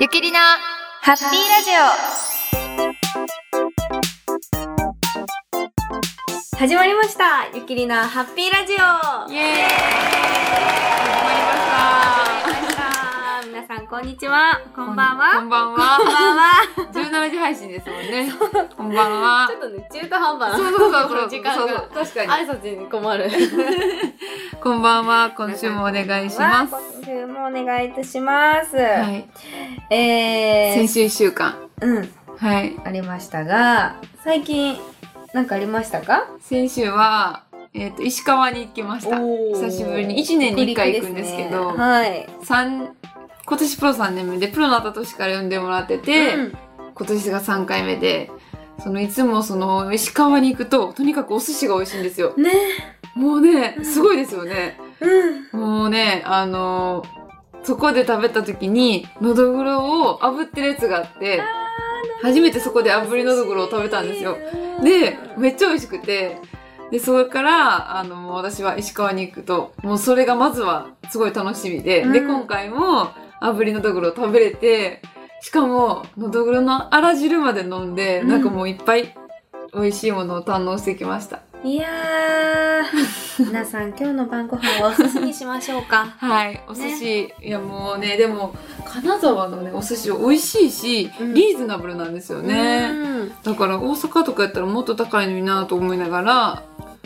ゆきりなハッピーラジオ始まりましたゆきりなハッピーラジオイエーイ始まりましあー 皆さんこんにちはたこんばんはこんばんこんはばん は17時配信ですもんねこんばんはちょっとね中途半端そうなそうそうそう時間がそうそう確かに挨拶に困るこんばんは今週もお願いします今週もお願いいたします、はいえ先ー、週一週間うんはいありましたが最近なんかありましたか先週はえっ、と石川に行きましたおー久しぶりに一年に一回行くんですけど北陸ですねはい三今年プロ3年目でプロになった年から呼んでもらってて、うん今年が3回目でそのいつもその石川に行くととにかくお寿司が美味しいんですよねもうねすごいですよねうんもうね、あのーそこで食べた時に、のどぐろを炙ってるやつがあって、初めてそこで炙りのどぐろを食べたんですよ。で、めっちゃ美味しくて、で、それから、あの、もう私は石川に行くと、もうそれがまずはすごい楽しみで、で、うん今回も炙りのどぐろを食べれて、しかも、のどぐろのあら汁まで飲んで、うんなんかもういっぱい美味しいものを堪能してきました。いや ー皆さん今日の晩ご飯はお寿司にしましょうかはい、お寿司、いやもうねでも金沢のねお寿司美味しいし、うんリーズナブルなんですよね、うんだから大阪とかやったらもっと高いのになと思いながら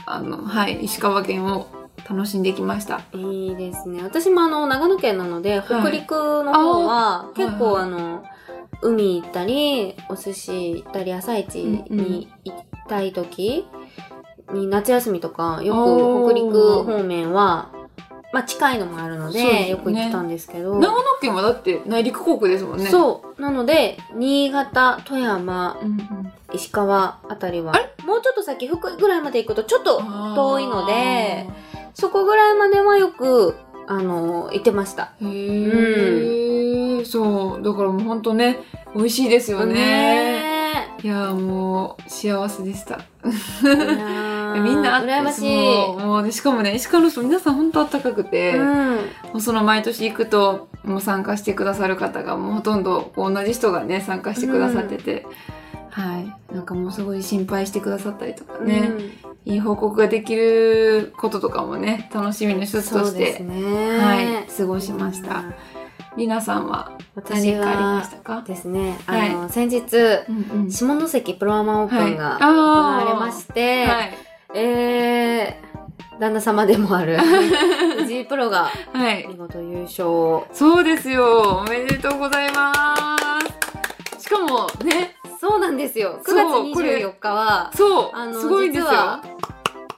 あのはい石川県を楽しんできましたいいですね私もあの長野県なので北陸の方はー結構はいあの、海行ったりお寿司行ったり朝市に行きたい時に夏休みとかよくおー北陸方面はまあ近いのもあるのでそうですねよく行ってたんですけど、長野県はだって内陸国ですもんねう、そうなので新潟富山うんうん、石川あたりはもうちょっと先福井ぐらいまで行くとちょっと遠いのでそこぐらいまではよくあの行ってました。あーへえ、そうだからもうほんとね美味しいですよねねいやーもう幸せで したみ みんなあって羨ましい。もうもうねしかもね石川の人皆さん本当あったかくて、もうん、うその毎年行くともう参加してくださる方がもうほとんどこう同じ人がね参加してくださってて、はいなんかもうすごい心配してくださったりとかね、いい報告ができることとかもね楽しみのう一ん、つとそうしですて、ね。はい過ごしました。りなさんは私何かありまはしたか？ですね、はいあの先日うんうん下関プロアマオープンがはい行われまして、はいえー、旦那様でもあ る藤井プロがはい見事優勝。そうですよおめでとうございます。しかもねそうなんですよ。9そう月これ24日はそう、あのすごいんですよ。実は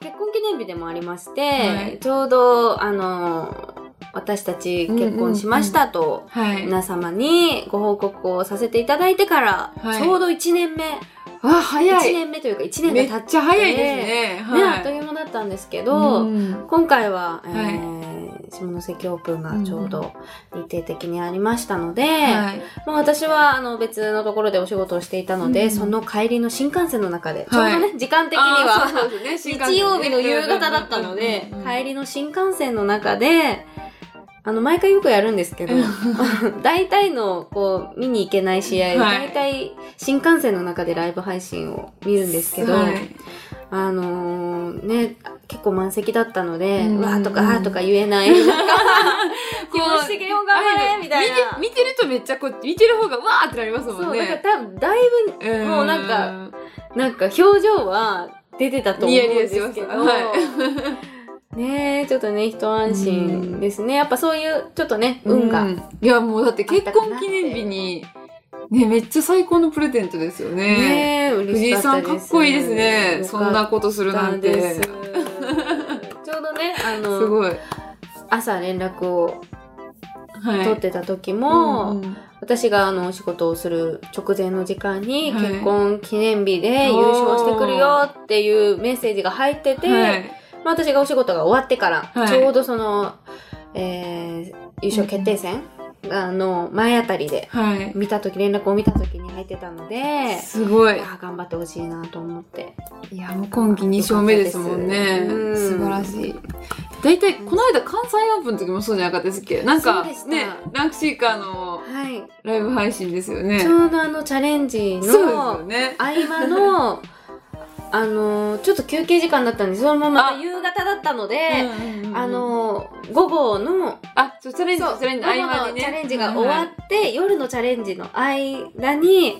結婚記念日でもありまして、はいちょうどあの私たち結婚しましたとはい。皆様にご報告をさせていただいてから、はいちょうど1年目、あ、一早1い。年目というか1年めが経っっちゃ早いですね。て、ねあっとはい。いう間だったんですけど、うん今回は、えーは下関オープンがちょうど日程的にありましたので、はい。もう私はあの別のところでお仕事をしていたので、うんその帰りの新幹線の中で、はいちょうどね時間的にあーはそうそう ですね新幹線日曜日の夕方だったので、うんうんうん帰りの新幹線の中で、あの、毎回よくやるんですけど、 大体の、こう、見に行けない試合、はい大体新幹線の中でライブ配信を見るんですけど、はいあのーね、結構満席だったので、うんうわーとか、あーとか言えない。なんか気持ち的にも頑張れみたいなあ。見て見てるとめっちゃこう、見てる方がわーってなりますもそんう、だからね。多分、だいんもうなんぶ、なんか表情は出てたと思うんですけど、ニヤニヤしてましたはねえ、ちょっとね、一安心ですね。やっぱそういう、ちょっとね、い、運が。うんいや、もうだって結婚記念日に、ね、めっちゃ最高のプレゼントですよね。ねえ、藤嬉し井かさたんでかすっこいいですね。そんなよことするかなっんたて。ですすちょうどね、あの、ごい。朝連絡をはい。取ってた時も、うんうん私があの、お仕事をする直前の時間に、はい結婚記念日で優勝してくるよっていうメッセージが入ってて、はい、まあ私がお仕事が終わってから、はいちょうどその、えー優勝決定戦、あの、前あたりで、はい。見た時連絡を見た時に入ってたので、すごい。あー頑張ってほしいなと思って。いや、もう今季2勝目ですもんね。うん素晴らしい。大体、この間関西オープンの時もそうじゃなかったですっけなんか、そうでしたね、ランクシーカーのはい。ライブ配信ですよね。ちそうょうどあのチャレンジですよのね。合間の、あの、ちょっと休憩時間だったんで、そのままあ夕方だったのうで、んうんうんうんあ、の、午後の、あ、そう、チャレンジ、チそうャレンジ、午後合間のにね。チャレンジが終わっって、夜のチャレンジの間に、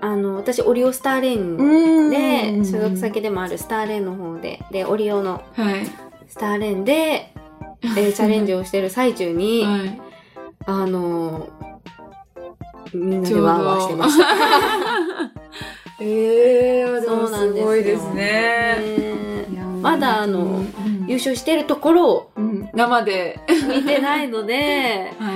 あの、私、オリオスターレインうん。で、所属先でもあるスターレインの方で、で、オリオのはい。スターレインで、え ーチャレンジをしてる最中に、はい。あのーみんなでワーワーしてました。ええー、でそもうなんすですよごいですね。ねいやまだあのうん優勝してるところをうん生で、見てないのでは、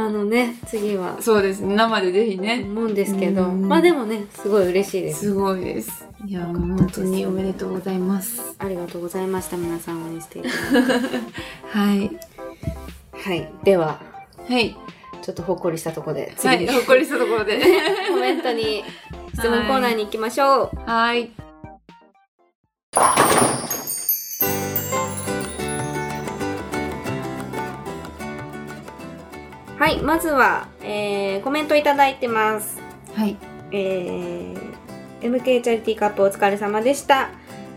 あのね次はいそうですね、生でぜひね、思うんですけどうんまあでもねすごい嬉しいですすごいです。いや、本当におめでとうございます。ありがとうございました皆さん応援していただいはい。てはいでははい。ちょっとほっこりしたところでは次い、に、 ほっこりしたところで。コメントに質問コーナーに行きましょう、 はい。はい、まずは、えーコメントいただいてます。はい。えー MK チャリティーカップお疲れ様でした。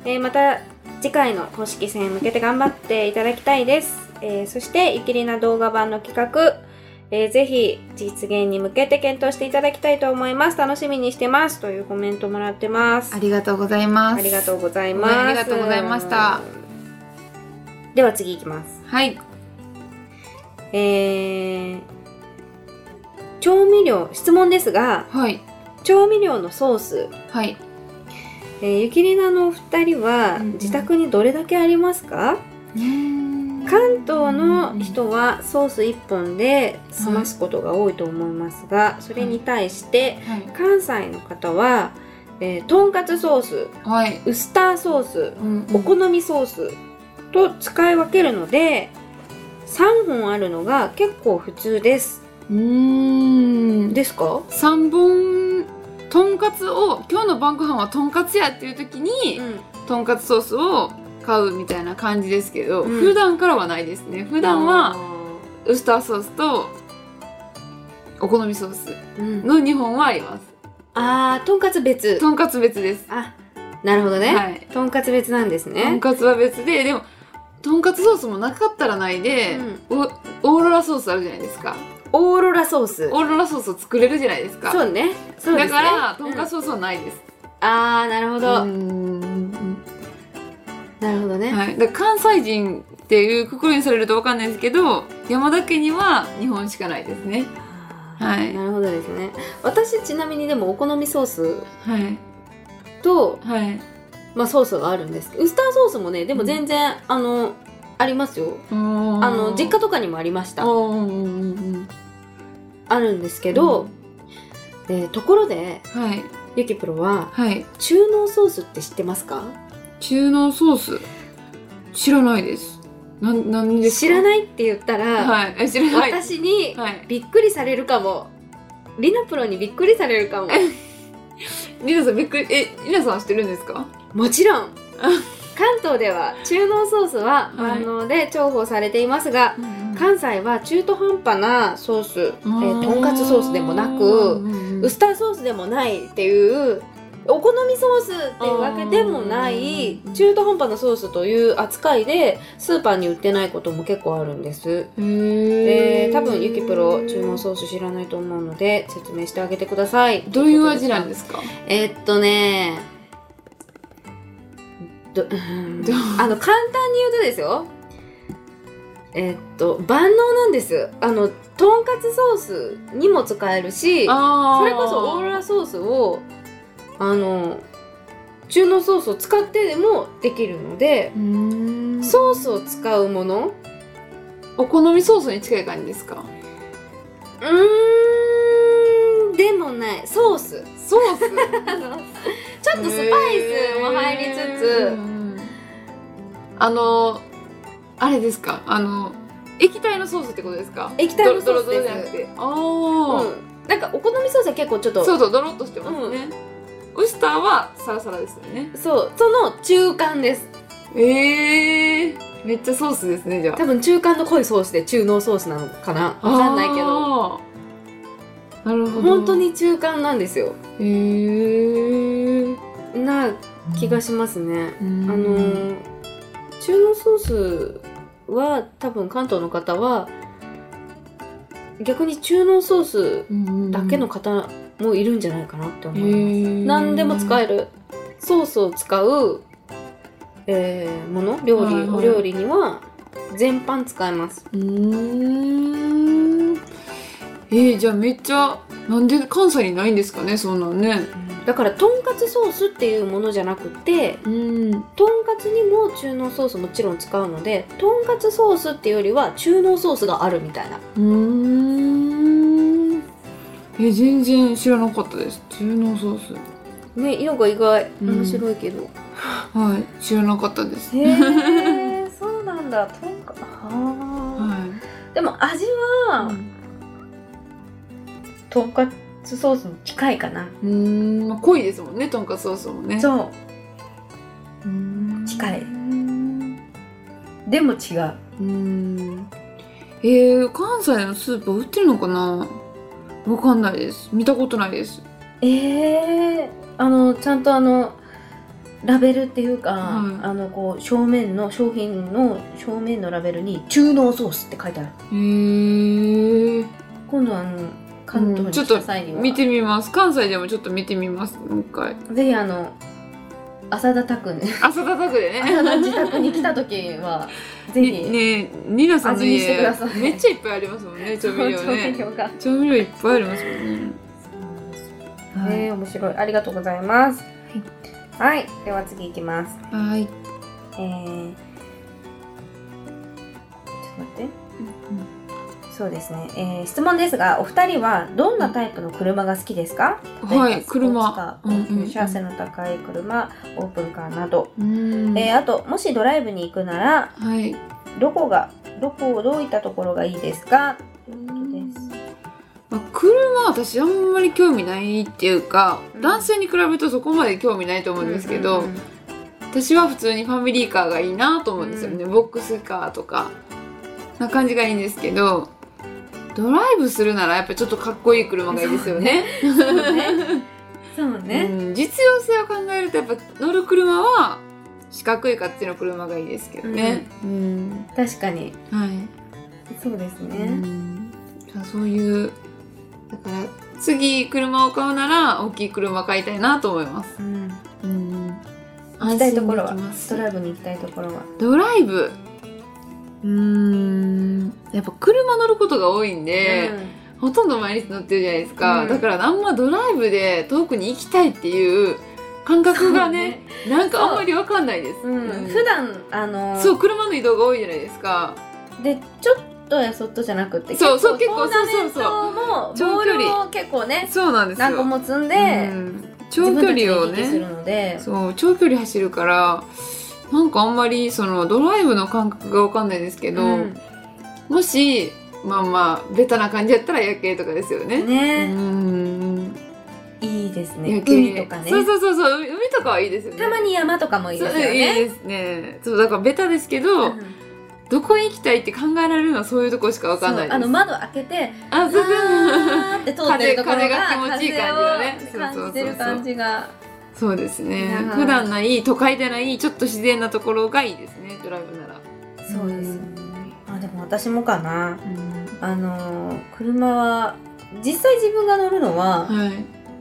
えーまた次回の公式戦へ向けて頑張っていただきたいです。えーそして、ゆきりな動画版の企画、えーぜひ実現に向けて検討していただきたいと思います。楽しみにしてます。というコメントもらってますあ。りがとうございます。ありがとうございます。応援ありがとうございました。では次いきます。はい。えー調味料質問ですがはい。調味料のソース、はい。えーゆきりなのお二人はうんうん自宅にどれだけありますか、関東の人はソース1本で済ますことが多いと思いますがそれに対してはい。関西の方は、えーとんかつソースはい。ウスターソースうんお好みソースと使い分けるので3本あるのが結構普通です。うん。で、ですか3本、とんかつを、今日の晩ご飯はとんかつやっていう時に、とんかつソースを買うみたいな感じですけど、うん普段からはないですね。普普段は、、ウスターソースと、お好みソースうん、の2本はあります。あーとんかつ別とんかつ別です。あなるほどね、はい。とんかつ別なんですとんねかつは別ででもとんかつソースもなかったらないで、おオーロラソースあるじゃないですかオーロラソースオーロラソースを作れるじゃないですかそうねそうですねだからとんかつうソースはないです、んああなるほど、うんなるほどね、はい、だから関西人っていうくくりにされるとわかんないですけど山田家には日本しかないですねあーはいなるほどですね私ちなみにでもお好みソースはいと、はいまあ、ソースがあるんですウスターソースもねでも全然、あのありますよああの実家とかにもありましたあるんですけけど、えーところではいゆきプロははい中濃ソースって知ってますか中濃ソース知らないですなんなんですか知らないって言ったら、はいえ知らない私にはい。びっくりされるかもりなプロにびっくりされるかもリナさんびっくり、え、リナさんは知ってるんですかもちろん関東では中濃ソースははい万能で重宝されていますが、関西は中途半端なソース、えーとんかつソースでもなくウスターソースでもないっていうお好みソースっていうわけでもないうん中途半端なソースという扱いでスーパーに売ってないことも結構あるんです。ええー、多分ゆきプロ注文ソース知らないと思うので説明してあげてくださいどういう味なんですすかえーっとね どうんどうあの簡単に言うとですよえーっと万能なんですあのとんかつソースにも使えるしあそれこそオーロララソースをあの中濃ソースを使ってでもできるのでソースを使うものお好みソースに近い感じですかうーんでもないソースソ ースちょっあのちょっとスパイスも入りつつ、あのあれですかあの液体のソースってことですか液体のソースドロドロドロじゃなでくすてあうん、なんかお好みソースは結構ちょっあそとそううそうドロッとしてますねウスターはサラサラですよねその中間ですええー、めっちゃソースですね、じゃあ。多分中間の濃いソースで中濃ソースなのかなわかんないけどあー。なるほど。本当。に中間なんですよへー。な気がしますね、ああのー中濃ソースは多分関東の方は逆に中濃ソースだけの方もいるんじゃないかなって思へいます、ー何でも使えるソースを使う、えーもの料理、はいはいお料理には全般使えますうーん。えー、じゃあめっちゃ、なんで関西にないんですかね、そんなんね。だからとんかつソースっていうものじゃなくてうん。とんかつにも中濃ソースもちろん使うのでとんかつソースっていうよりは中濃ソースがあるみたいなうーん。え、全然知らなかったです。中濃ソース。ねなんか意外うん面白いけど、はい、知らなかったです。へえ そうなんだとんかあはーでも味い。はとんかつソースに近いかなうーん、まあ、濃いですもんね、とんかつソースもね。そううーん近いうーんでも違ううーん。えー、関西のスープ売ってるのかなわかんないです。見たことないです。ええあのちゃんとあのラベルっていうか、はいあのこう正面の商品の正面のラベルに中濃ソースって書いてあるへー。今度あの関東うんにちょっ来とた際には、見てみます。関西でもちょっと見てみます。もう一回。ぜひあの浅田 拓ね浅田拓でね。浅田自宅に来た時はぜにひ、ねニナさんの味見して家くださいめっちゃいっぱいありますもんね、調味料調味ね。料が調味料いっぱいありますもんね。ねえ面白いありがとうございますはい、では次いきますはい。えー、ちょっと待ってそうですね、えー質問ですがお二人はどんなタイプの車が好きですか、は例えばい、スポーツ車カ。うんー高うん級車背の高い車オープンカーなど、うんえーあともしドライブに行くならはい。どこがどこをどういったところがいいですかということですまあ、車は私あんまり興味ないっていうか、うん男性に比べるとそこまで興味ないと思うんですけど、うんうんうん私は普通にファミリーカーがいいなと思うんですよね、ボックスカーとかな感じがいいんですけどドライブするならやっぱちょっとかっこいい車がいいですよね。 そううね、ん、実用性を考えるとやっぱ乗る車は四角い形の車がいいですけどね。うん確かにはいそうですね、うんじゃあそういうだから次車を買うなら大きい車買いたいなと思います。うんうん、行きたいところは安心できまドすライブに行きたいところはドライブうーんやっぱ車乗ることが多いんで、ほとんど毎日乗ってるじゃないですか、うんだからあんまドライブで遠くに行きたいっていう感覚がねなんかあんまりわかんないです。うんうん普段あのそう車の移動が多いじゃないですか。でちょっとやそっとじゃなくてそうそうトーナメン結構そうそトもボー長距ル離を結構ねそうなんですよ。何個も積んで、うん長距離を自分たちで行き来すねるのでそう長距離走るからなんかあんまりそのドライブの感覚がわかんないですけど、うんもしまあまあベタな感じやったら夜景とかですよね。うね、んいいですね夜景海とかねそうそうそうそう海海とかはいいですよね。たまに山とかもいいですよそういねいですね。そうだからベタですけど、うんどこに行きたいって考えられるのはそういうとこしかわかんないでそうあのす。窓開けてあそうそうあーって通ってるところ風風がが気持ちいい感じだね風を感じてる感じがそうですいねや。ー普段ない都会でないちょっと自然なところがいいですねドライブなら。そうそうですよねあでも私もかなうんあの車は実際自分が乗るのは、はい。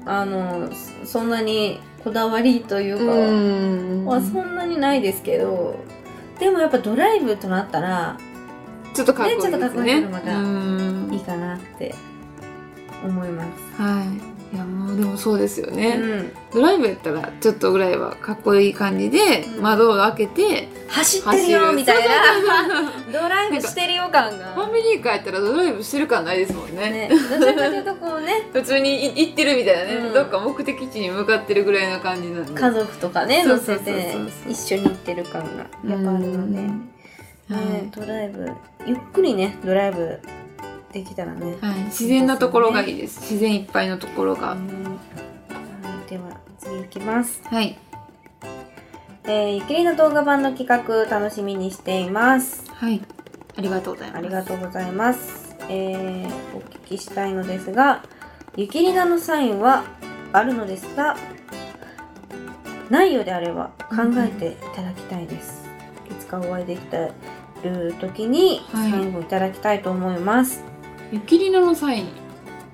あのそそんなにこだわりというか、うんはそんなにないですけどでもやっぱドライブとなったらちょっとかっこいいですね。ねちょっとかっこいい車がうんいいかなって思います。はい。いやもうでもそうですよね。うん、ドライブやったらちょっとぐらいはかっこいい感じで窓を開けて走ってる走るよみたいなそうそうそうドライブしてるよ感フがァ。ミリーカーやったらドライブしてる感ないですもんねね、どちらかというとこうね普通にい行ってるみたいなね、うんどっか目的地に向かってるぐらいの感じなんで家族とかねそう乗そうせそうそうて一緒に行ってる感がやっぱあるので、うねんはドライブゆっくりねドライブできたらね。い、はい、自然なところがいいです自然いっぱいのところが、うんはいでは次行きます。はいえー、ゆきりの動画版の企画楽しみにしています。はい。ありがとうございます。ありがとうございます。えー、お聞きしたいのですが、ゆきりなのサインはあるのですが、ないようであれば考えていただきたいです。いつかお会いできたる時にはいサインをいただきたいと思います。ゆきりなのサイン。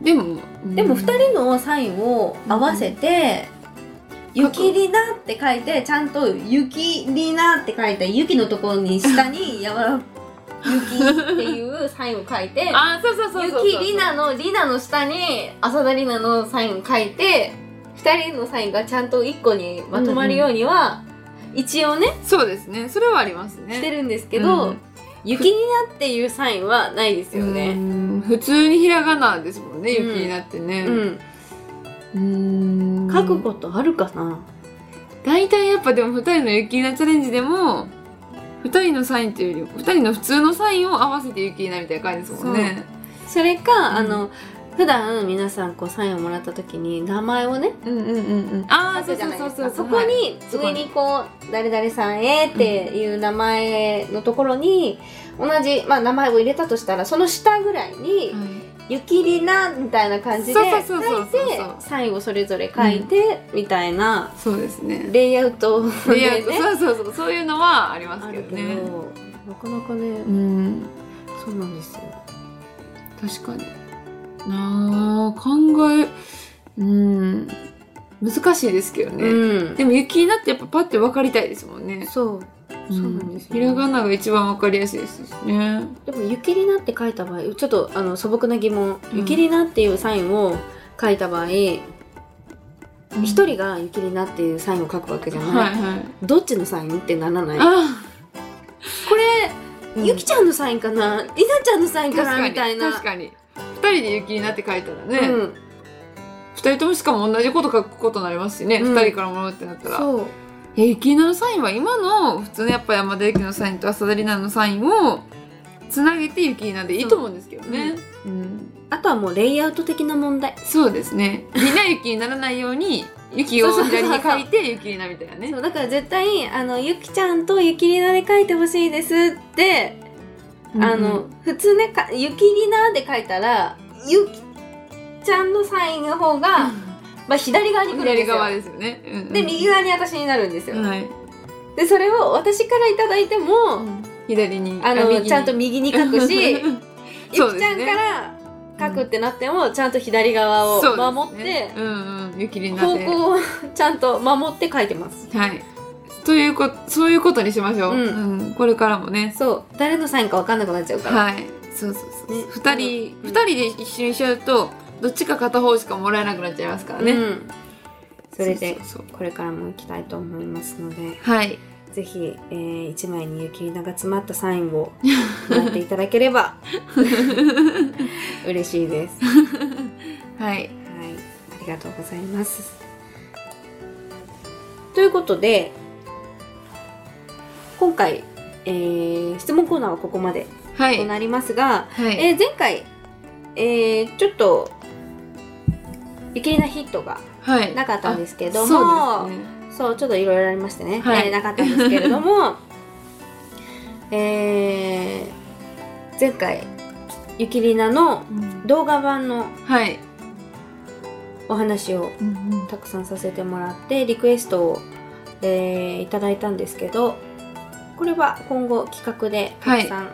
でも、うんでも二人のサインを合わせて、うんゆきりなって書いて、ちゃんとゆきりなって書いて、ゆきのところに下 にやわら、ゆきっていうサインを書いて、あ、そうそうそうそうそう。ゆきりなのりなの下に浅田りなのサイン書いて二人のサインがちゃんと一個にまとまるようには、一応ねそうですね。それはありますね。してるるんですけど、うんゆきりなっていうサインはないですようね。ん普通にひらがなですもんね、うゆんきりなってうね。ん、うん書くことあるかな、大体やっぱでも二人のゆきりなチャレンジでも、二人のサインというよりも、二人の普通のサインを合わせてゆきりなみたいな感じですもんね。それか、あうの普段皆さんこうサインをもらった時に名前をねうんうんうんうん。ああ、そ書うくじそゃうないそでうすそかう。そこには上いにこう「誰々さんへ」っていう名前のところに同じ、まあ、名前を入れたとしたらその下ぐらいにはい「ゆきりな」みたいな感じでそうそ書うそういそうそうてサインをそれぞれ書いて、みたいなそうですね。レイアウトでレイアウトねそうそうそう、そういうのはありますあけるどけど、ね。なかなかねうん。そうなんですよ確かになあ考えうん難しいですけどね、うんでも雪になってやっぱパッて分かりたいですもんねそうそうなんですよひねらがなが一番分かりやすいですしねでも「ゆきりな」って書いた場合ちょっとあの素朴な疑問「うんゆきりな」っていうサインを書いた場合一、人が「ゆきりな」っていうサインを書くわけじゃない、はいはいどっちのサインってならないあこれ、うんゆきちゃんのサインかなりなちゃんのサイン確かなかみにたいな確かに二人で雪になって書いたらね、うん、二人ともしかも同じこと書くことになりますしね、うん二人からもらうってなったらそういや雪菜のサインは今の普通のやっぱ山田雪のサインと浅田里奈のサインをつなげて雪菜でいいと思うんですけどね。うんあとはもうレイアウト的な問題そうですね。みんな雪にならないように、雪を左に書いて雪になみたいなねそ。うだから絶対あの「ゆきちゃんとゆきりな」で書いてほしいですってあの、普通ねか「ゆきりな」で書いたらゆきちゃんのサインの方が、まあ、左側に来るんで左すよ側ですよね。うんうんで右側に私になるんですよ、はい。でそれを私からいただいても、左に。あ右のにちゃんと右 に書くし、ゆきちそゃうんですねから書くってなってもちゃんと左側そうですねを守って、うんうん、雪にな方って。向をちゃんと守って書いてますはい。というこ、そういうことにしましょう。うんうんこれからもね。そう誰のサインか分かんなくなっちゃうから、はい。そうそうそう。ね二人、うん二人で一緒にしちゃうと、どっちか片方しかもらえなくなっちゃいますからね。うんそれでうそうそうこれからも行きたいと思いますのではい。ぜひ、えー、1枚にゆきりなが詰まったサインをもらっていただけ れば嬉しいです。ははい、い。ありがとうございます。ということで今回、えー質問コーナーはここまではとい。なりますが、はい。えー前回、えーちょっとゆきりなヒットがはい。なかったんですけけどもそうですね。そうちょっといろいろありましてね、はいえーなかったんですけれども えー前回ゆきりなの動画版のはい。お話をたくさんさせてもらってリクエストを、えーいただいたんですけどこれは今後企画でたくさん、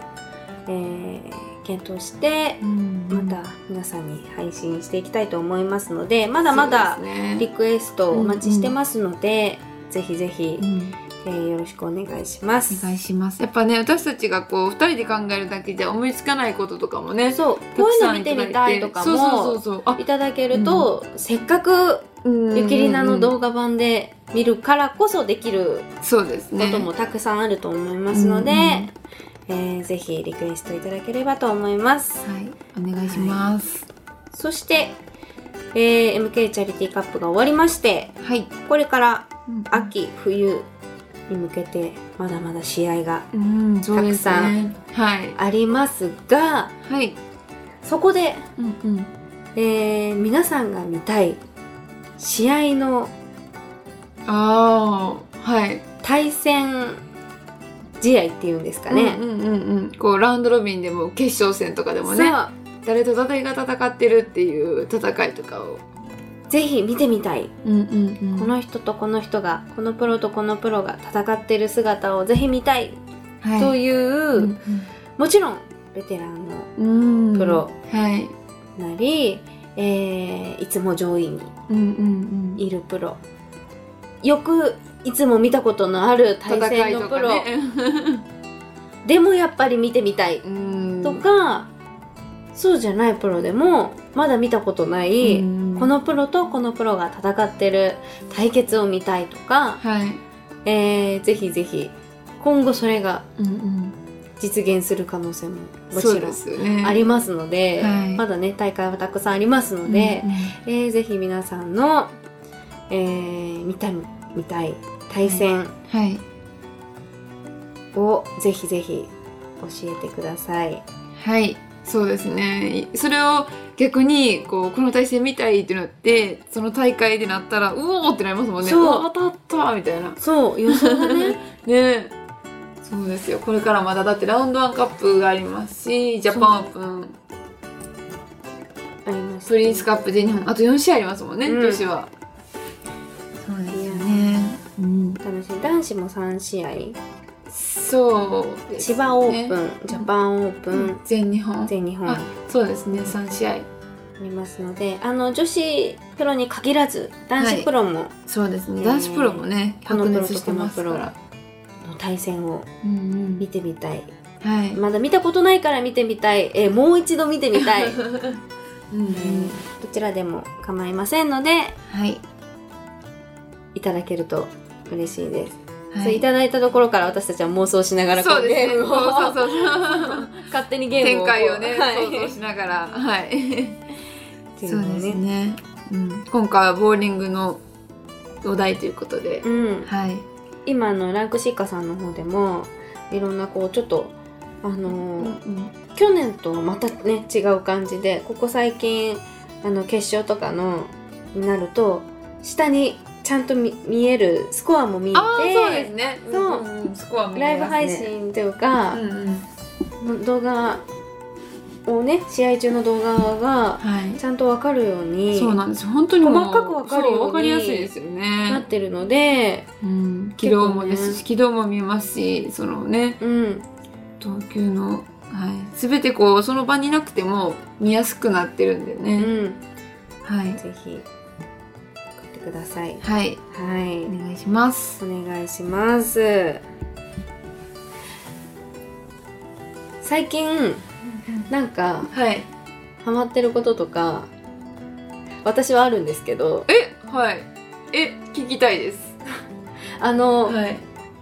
えー検討してままた皆さんに配信していきたいと思いますのでまだまだそうですねリクエストお待ちしてますので、ぜひぜひうんえーよろしくお願いします。お願いしますやっぱね私たちがこう二人で考えるだけじゃ思いつかないこととかもねそう、こういうの見てみたいとかそうそうそもうそうあいただけると、せっかくゆきりなの動画版で見るからこそできる画そうですこねともたくさんあると思いますので、うんうんえーぜひリクエストいただければと思います。はいお願いしますそして、えー MK チャリティーカップが終わりまして、はいこれからあ秋、冬に向けてまだまだ試合がうんそうですたくさねはいありますが、はいそこでうんうんえー皆さんが見たい試合のああはい対戦試合っていうんですかね。うんうんうんこうラウンドロビンでも決勝戦とかでもねそ誰と誰が戦ってるっていう戦いとかを、うぜひ見てみたい、うんうんうんこの人とこの人がこのプロとこのプロが戦ってる姿をぜひ見たいはいという、うんもちろんベテランのうんうんプロはいなり、えーいつも上位にうんうんうんいるプロよくいつも見たことのある対戦い戦とのプかロ、ねでもやっぱり見てみたいうんとか、そうじゃないプロでもまだ見たことない、うんこのプロとこのプロが戦ってる対決を見たいとか、はいえーぜひぜひ今後それがうんうん実現する可能性ももそうちろでんすよねありますので、はいまだね大会はたくさんありますので、うんうんえーぜひ皆さんの、えー見たい見たい対戦はいをぜひぜひ教えてください。はいそうですねそれを逆にこうこの対戦見たいってなってその大会でなったらうおーってなりますもんねそうわ当たったみたいなそう予想がねねそうですよこれからまだだってラウンドワンカップがありますしジャパンオープン ありましプリンスカップ全日本あと4試合ありますもんね、うん女子はそうですよね、うん、た楽しい男子も3試合そうです千葉オープン、ジャパンオープン、全日本全日本ああそうですね3試合りますのであの女子プロに限らず男子プロもそうですねね男子プロもねこの白プロと熱してますかこのらの対戦をうんうん見てみたいはいまだ見たことないから見てみたい、えーもう一度見て みたい、えうんーどちらでも構いませんのではい。いただけると嬉しいです、はそういただいたところから私たちは妄想しながらこそうですゲね。そーうムをそうそうそう。 勝手にゲーム展をこう開をね、はい、想像しながら、はい。っていそううのをでねすね。うん、今回はボーリングのお題ということで、うん、はい。今あのランクシーカさんの方でもいろんなこうちょっとあのー去年とまたね違う感じでここ最近あの決勝とかのになると下にちゃんと見見えるスコアも見えああ、そうでてすね。そうんんんスコア見ライえブますね配。信というか、うんうん。動画をね試合中の動画がはい。ちゃんと分かるようにそうなんです。本当にもう細かくわかるようにそうわかりやすいですよなっね。てるので、うん。軌道もですし、軌道も見えますし、そのね、うん、東急の、はい。すべてこう、その場になくても見やすくなってるんでうね。ん、はい。ぜひ買ってください。はい、はいお、願いします。お願いします最近なんかはい。ハマってることとか私はあるんですけどえ、はい。え、聞きたいです。あの、はい。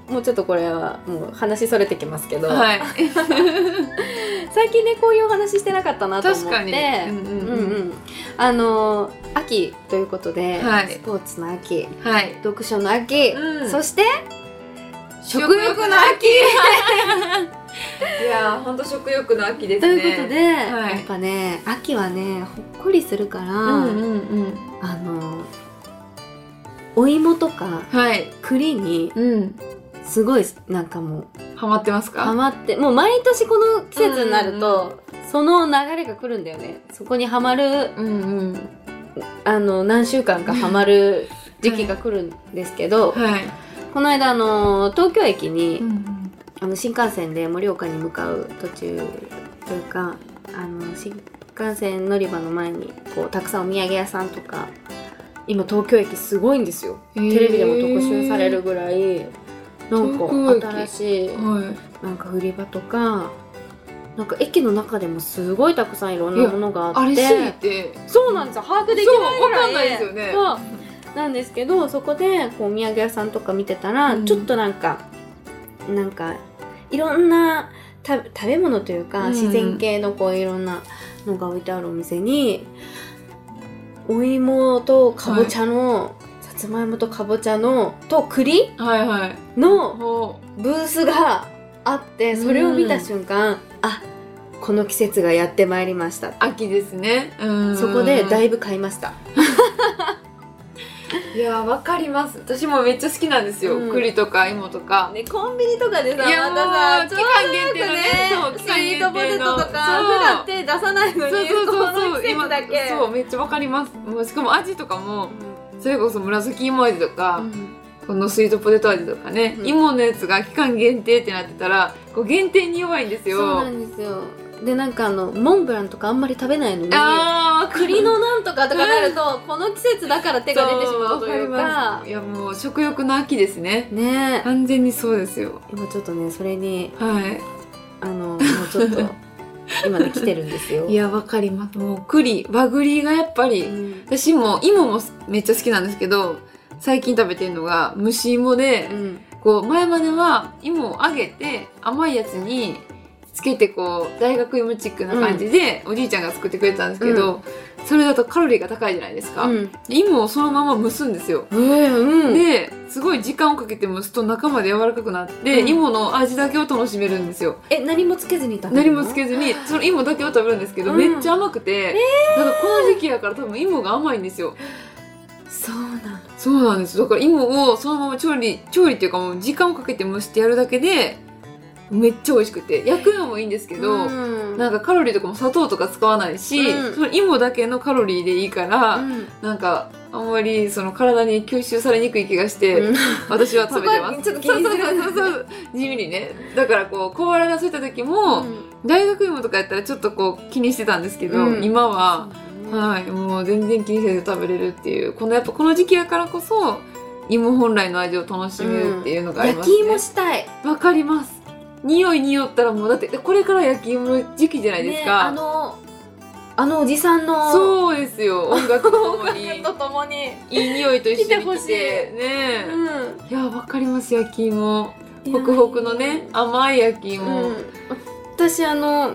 もうちょっとこれはもう話それてきますけど、はい。最近ねこういうお話してなかったなと思って確かにうんうんうんうんうんあの秋ということで、はいスポーツの秋はい。読書の秋、うんそして食欲の秋。い やー、本当食欲の秋ですね。ということで、はいやっぱね秋はねほっこりするから、うんうんうん。あのお芋とかはい。栗にうん。すごいなんかもうハマってますか。ハマってもう毎年この季節になると、その流れが来るんだよねそこにはまるうんうん。あの何週間かはまる時期が来るんですけど、はい。この間あの東京駅に、んあの新幹線で盛岡に向かう途中というかあの新幹線乗り場の前にこうたくさんお土産屋さんとか今東京駅すごいんですよテテレビでも特集される。ぐらいなんか新東しいはなんか売り場とかなんか駅の中でもすごいたくさんいろんなものがい。ああっれすぎてて。そうなんですよ把握できないそう、わぐらかんないですよね。そうなんですけどそこでこうお土産屋さんとか見てたら、うんちょっとなんかなんかいろんなた食べ物というか、うん自然系のこういろんなのが置いてあるお店にお芋とかぼちゃの、さつまいもとかぼちゃのと栗はいはい。のほブースがあってそれを見た瞬間、あこの季節がやってまいりました秋ですね。うん。そこでだいぶ買いましたいやわかります私もめっちゃ好きなんですよ、うん栗とか芋とか、ね、コンビニとかでさ、いやまたさ、もうちょうどよ期間限く定のねそう期ス間イートポテトとか、普そう段手出さないのに、そうそうそうこのそう季節だけ。そうめっちゃわかりますもうしかも味とかもそれこそ紫芋味とか、うんこのスイートポテト味とかね、うん芋のやつが期間限定ってなってたらこう限定に弱いんですよそうなんですよ。で、なんかあの、モンブランとかあんまり食べないのに、あー栗のなんとかとかなると、この季節だから手が出てしまうというそうわかります、いやもう食欲の秋ですねねえ完全にそうですよ今ちょっとね、それに、はい あの、もうちょっと、今ね、来てるんですよ。いやわかりますもう栗和栗がやっぱり、うん私も芋もめっちゃ好きなんですけど最近食べてるのが蒸し芋で、うんこう前までは芋を揚げて甘いやつにつけてこう大学芋チックな感じで、おじいちゃんが作ってくれてたんですけど、それだとカロリーが高いじゃないですか、うん。芋をそのまま蒸すんですよ、うん。ですごい時間をかけて蒸すと中まで柔らかくなって、うん芋の味だけを楽しめるんですよえ、何もつけずに食べるの何もつけずにその芋だけを食べるんですけど、うんめっちゃ甘くて、なんかこの時期やから多分芋が甘いんですよそうなの。そうなんですだから芋をそのまま調理調理っていうかもう時間をかけて蒸してやるだけでめっちゃ美味しくて焼くのもいいんですけど、うんなんかカロリーとかも砂糖とか使わないし、うんその芋だけのカロリーでいいから、うんなんかあんまりその体に吸収されにくい気がして、うん私は食べてまそこす。ちょっと気にするそうそうそうそう 地味にね。だからこう小腹が空いた時も、大学芋とかやったらちょっとこう気にしてたんですけど、うん今は、はいもう全然気にせず食べれるっていうこのやっぱこの時期やからこそ芋本来の味を楽しめるっていうのがありま焼すねき。芋したい。わかります。匂い匂ったらもうだってこれから焼き芋の時期じゃないですねあか。の、あのおじさんの。う。そうです よ音楽とともにとともに。いい匂いと一緒に来て来てほしいねえ、うん。いやわかります焼き芋ホクホクのね甘い焼きう芋、ん。私あの、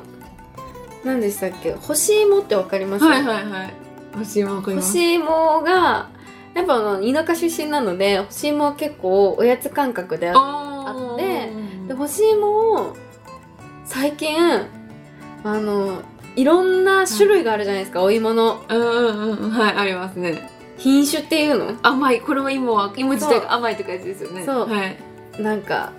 何でしたっけ干し芋ってわかりますはいはいはい欲しいもわかり干ますし芋が、やっぱあの田舎出身なので、干し芋は結構おやつ感覚であっあーあってで干し芋を最近あのいろんな種類があるじゃないですか、お芋のうんうんうんはいありますね品種っていうの甘いこれは芋は芋自体が甘いとかやつですよねそうはいなんか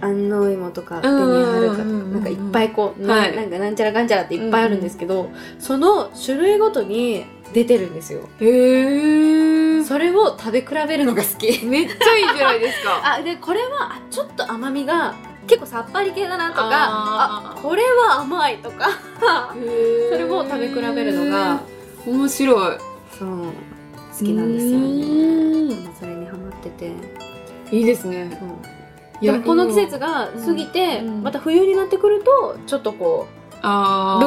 安納芋とか紅はるかうんうんうんうんなんかいっぱいこう、なはいなんかなんちゃらかんちゃらっていっぱいあるんですけど、その種類ごとに出てるんですよへえそれを食べ比べるのが好きめっちゃいいじゃないですか あでこれはあちょっと甘みが結構さっぱり系だなとかああーこれは甘いとかそれそれを食べ比べるのが面白いそう好きなんですよねね今それにハマってていいですねそういでやもこの季節が過ぎて、うんまた冬になってくるとちょっとこうあブ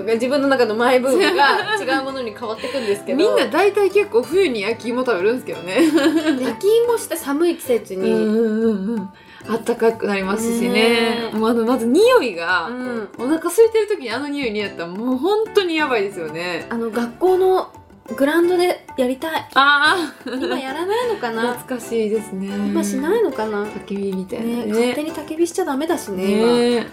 ーームが自分の中のマイブーム が違うものに変わってくんですけどみんな大体結構冬に焼き芋食べるんですけどね焼き芋して寒い季節うんに、うんうんあったかくなりますしねねえもうあのまず匂いが、うんお腹空いてる時にあの匂いにやったらもう本当にやばいですよねあの学校のグラウンドでやりたいああ今やらないのか な懐かしいですね今しないのかな、ね焚き火みたいなね勝手に焚き火しちゃダメだしね今ね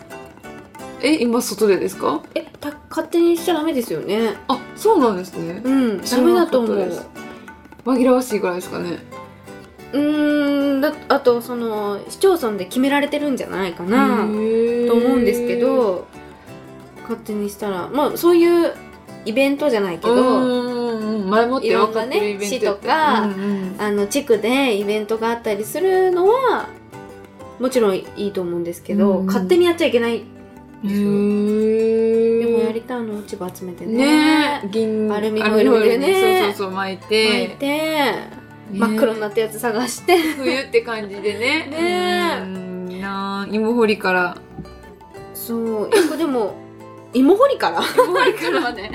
ええ今外でですかえた勝手にしちゃダメですよねあそうなんですねうんダメだと思知らうなかったです紛らわしいぐらいですかねうーんだあとその市町村で決められてるんじゃないかな、とと思うんですけど勝手にしたらまあそういうイベントじゃないけど前もって分かってるイベントやったらいろんなね市とうかんうんあの地区でイベントがあったりするのはもちろんいいと思うんですけど、うん勝手にやっちゃいけないへですよーでもやりたいの落ち葉集めてねね銀アルミホアルイルでねミホイルにそうそうそう巻いて巻いて、ね真っ黒になったやつ探して 冬って感じでねねうんいいなあ芋掘りからそう一個でも芋掘りから芋掘りからね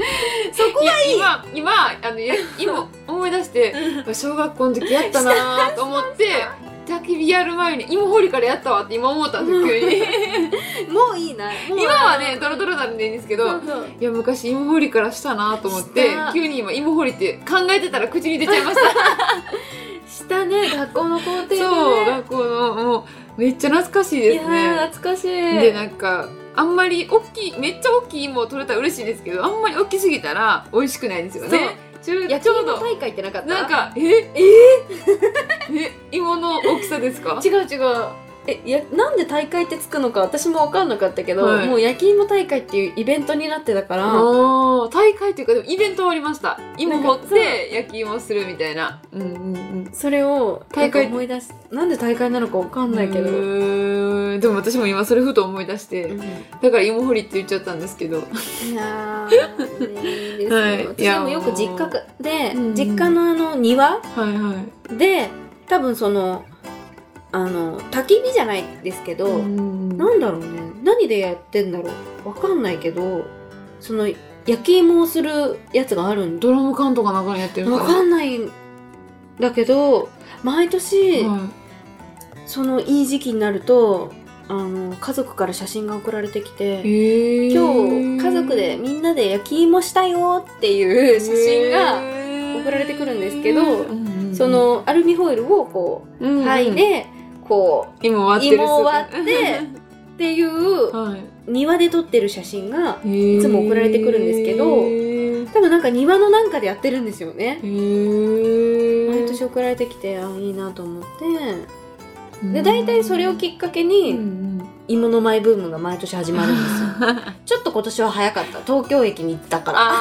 そこいや今今あのや今思い出して小学校の時やったなあと思って焚き火やる前に芋掘りからやったわって今思ったんです 急に もういいなもう今はねドロドロなんでいいんですけそどうそういや昔芋掘りからしたなあと思ってした急に今芋掘りって考えてたら口に出ちゃいましたしたね学校の校庭でねそう学校のもうめっちゃ懐かしいいでやすーね懐かしいでなんかあんまり大きいめっちゃ大きい芋を取れたら嬉しいですけどあんまり大きすぎたら美味しくないんですよね中焼きちょう芋ど大会ってなかったなんかええ え芋の大きさですか違う違うえやなんで大会ってつくのか私も分かんなかったけど、はいもう焼き芋大会っていうイベントになってたからあー大会というかでもイベントはありました芋な掘んっかて焼き芋するみたいなうんうんうんそれを大大会会思い出すなんで大会なのか分かんないけど、うーんでも私も今それふと思い出してだから芋掘りって言っちゃったんですけどいやーいいですよ、はい私いやでもよく実家くで、うんうん実家のあの庭はいはいで多分そのあの焚き火じゃないですけど、うんなんだろうね何でやってんだろうわかんないけどその焼き芋をするやつがあるんだドラム缶とか中にやってるのわかかんないんだけど毎年、なはいそのいい時期になるとあの家族から写真が送られてきて。へー今日家族でみんなで焼き芋したよっていう写真が、が送られてくるんですけどそそののアルミホイルをこうはい剥いでこ芋う割ってる芋を割ってっていうはい庭で撮ってる写真がいつも送られてくるんですけど多分なんか庭のなんかでやってるんですよね。毎年送られてきてあいいなと思ってで大体それをきっかけうんうにん芋のマイブームが毎年始まる んですよ。ちょっと今年は早かった東京駅に行ったから。あ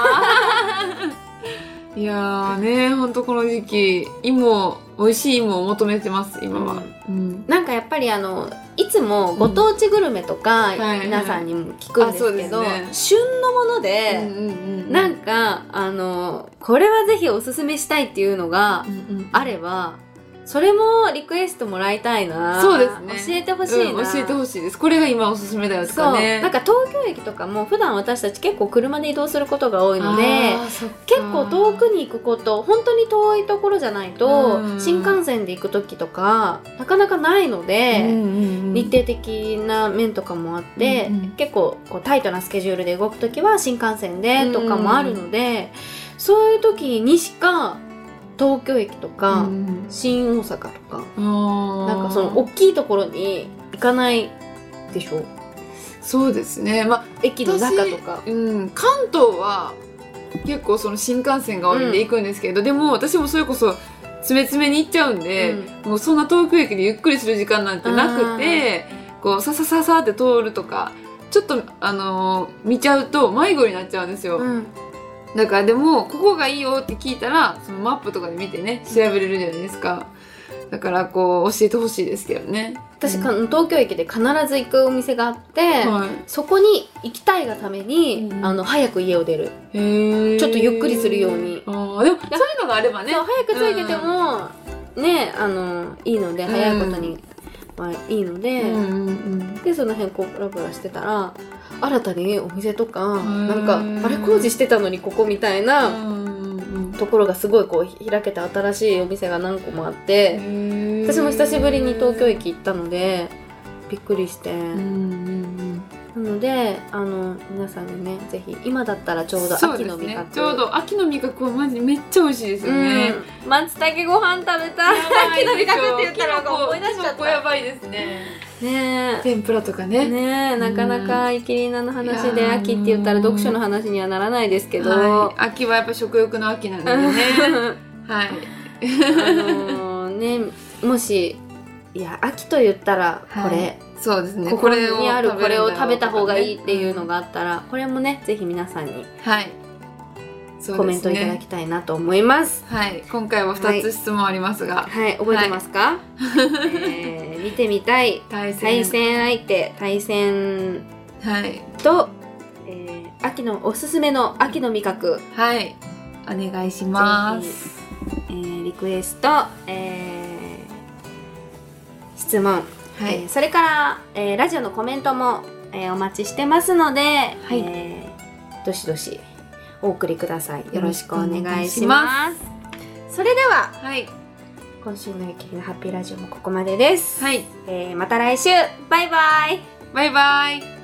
ーいやーねほんとこの時期芋美味しい芋を求めてます今は、うんなんかやっぱりあのいつもご当地グルメとかうんはい皆さんにも聞くんですけど、あそうですね旬のもので、うんうんうんなんかあのこれはぜひおすすめしたいっていうのがうんうんあればそれもリクエストもらいたいなそうです教えてほしいな、うん教えてほしいですこれが今おすすめだよとそかうねなんか東京駅とかも普段私たち結構車で移動することが多いのであーそっか結構遠くに行くこと本当に遠いところじゃないと、うん新幹線で行く時とかなかなかないので、うんうんうん日程的な面とかもあって、うんうん結構こうタイトなスケジュールで動く時は新幹線でとかもあるので、そういう時にしか東京駅とか、うんうん新大阪とかあーなんかその大きいところに行かないでしょそうですねまあ駅の中とか。うん、関東は結構その新幹線が多いんで行くんですけど、でも私もそれこそ詰め詰めに行っちゃうんで、もうそんな遠く駅でゆっくりする時間なんてなくてこうささささって通るとかちょっとあのー見ちゃうと迷子になっちゃうんですよ、うんうんだからでもここがいいよって聞いたらそのマップとかで見てね調べれるじゃないですか、だからこう教えてほしいですけどね私かうん東京駅で必ず行くお店があって、はいそこに行きたいがために、うんあの早く家を出る、へーちょっとゆっくりするようにあーでもそういうのがあればねそう早く着いてても、ねあのいいのでうん早いことに、まあ、いいので、うんうんでその辺こうブラブラしてたら新たにお店とか、んなんかあれ工事してたのにここみたいな、うんところがすごいこう開けて新しいお店が何個もあって、私も久しぶりに東京、駅行ったのでびっくりして、うんうんなのであの皆さんにねぜひ今だったらちょうどそう秋でのす味ね覚ちょうど秋の味覚はマジめっちゃ美味しいですよね、うん、松茸ご飯食べたい秋の味覚って言ったらなんか思い出しちゃったやばいですねねえ天ぷらとかねねえなかなかイキリーナの話で秋って言ったら読書の話にはならないですけど、はい、秋はやっぱ食欲の秋なのでね はいあのーねもしいや秋と言ったらこれ、そうですねここをにあるこれを食べた方がいい食っべてるんだいろうのがあったら、これもねぜひ皆さんにとかねはいそうですねコメントいただきたいなと思います。はい今回は二つ質問ありますが、はい覚えてますか、えー見てみたい対戦対戦相手対戦はいと、えー秋のおすすめの秋の味覚はいお願いしますえーリクエスト、えー質問、はえーい、それから、えーラジオのコメントも、えーお待ちしてますので、いえーどしどしお送りくださいよろしくお願いしますそれでははい今週の「ゆきりのハッピーラジオ」もここまでです、はい、えーまた来週バイバイバイバイ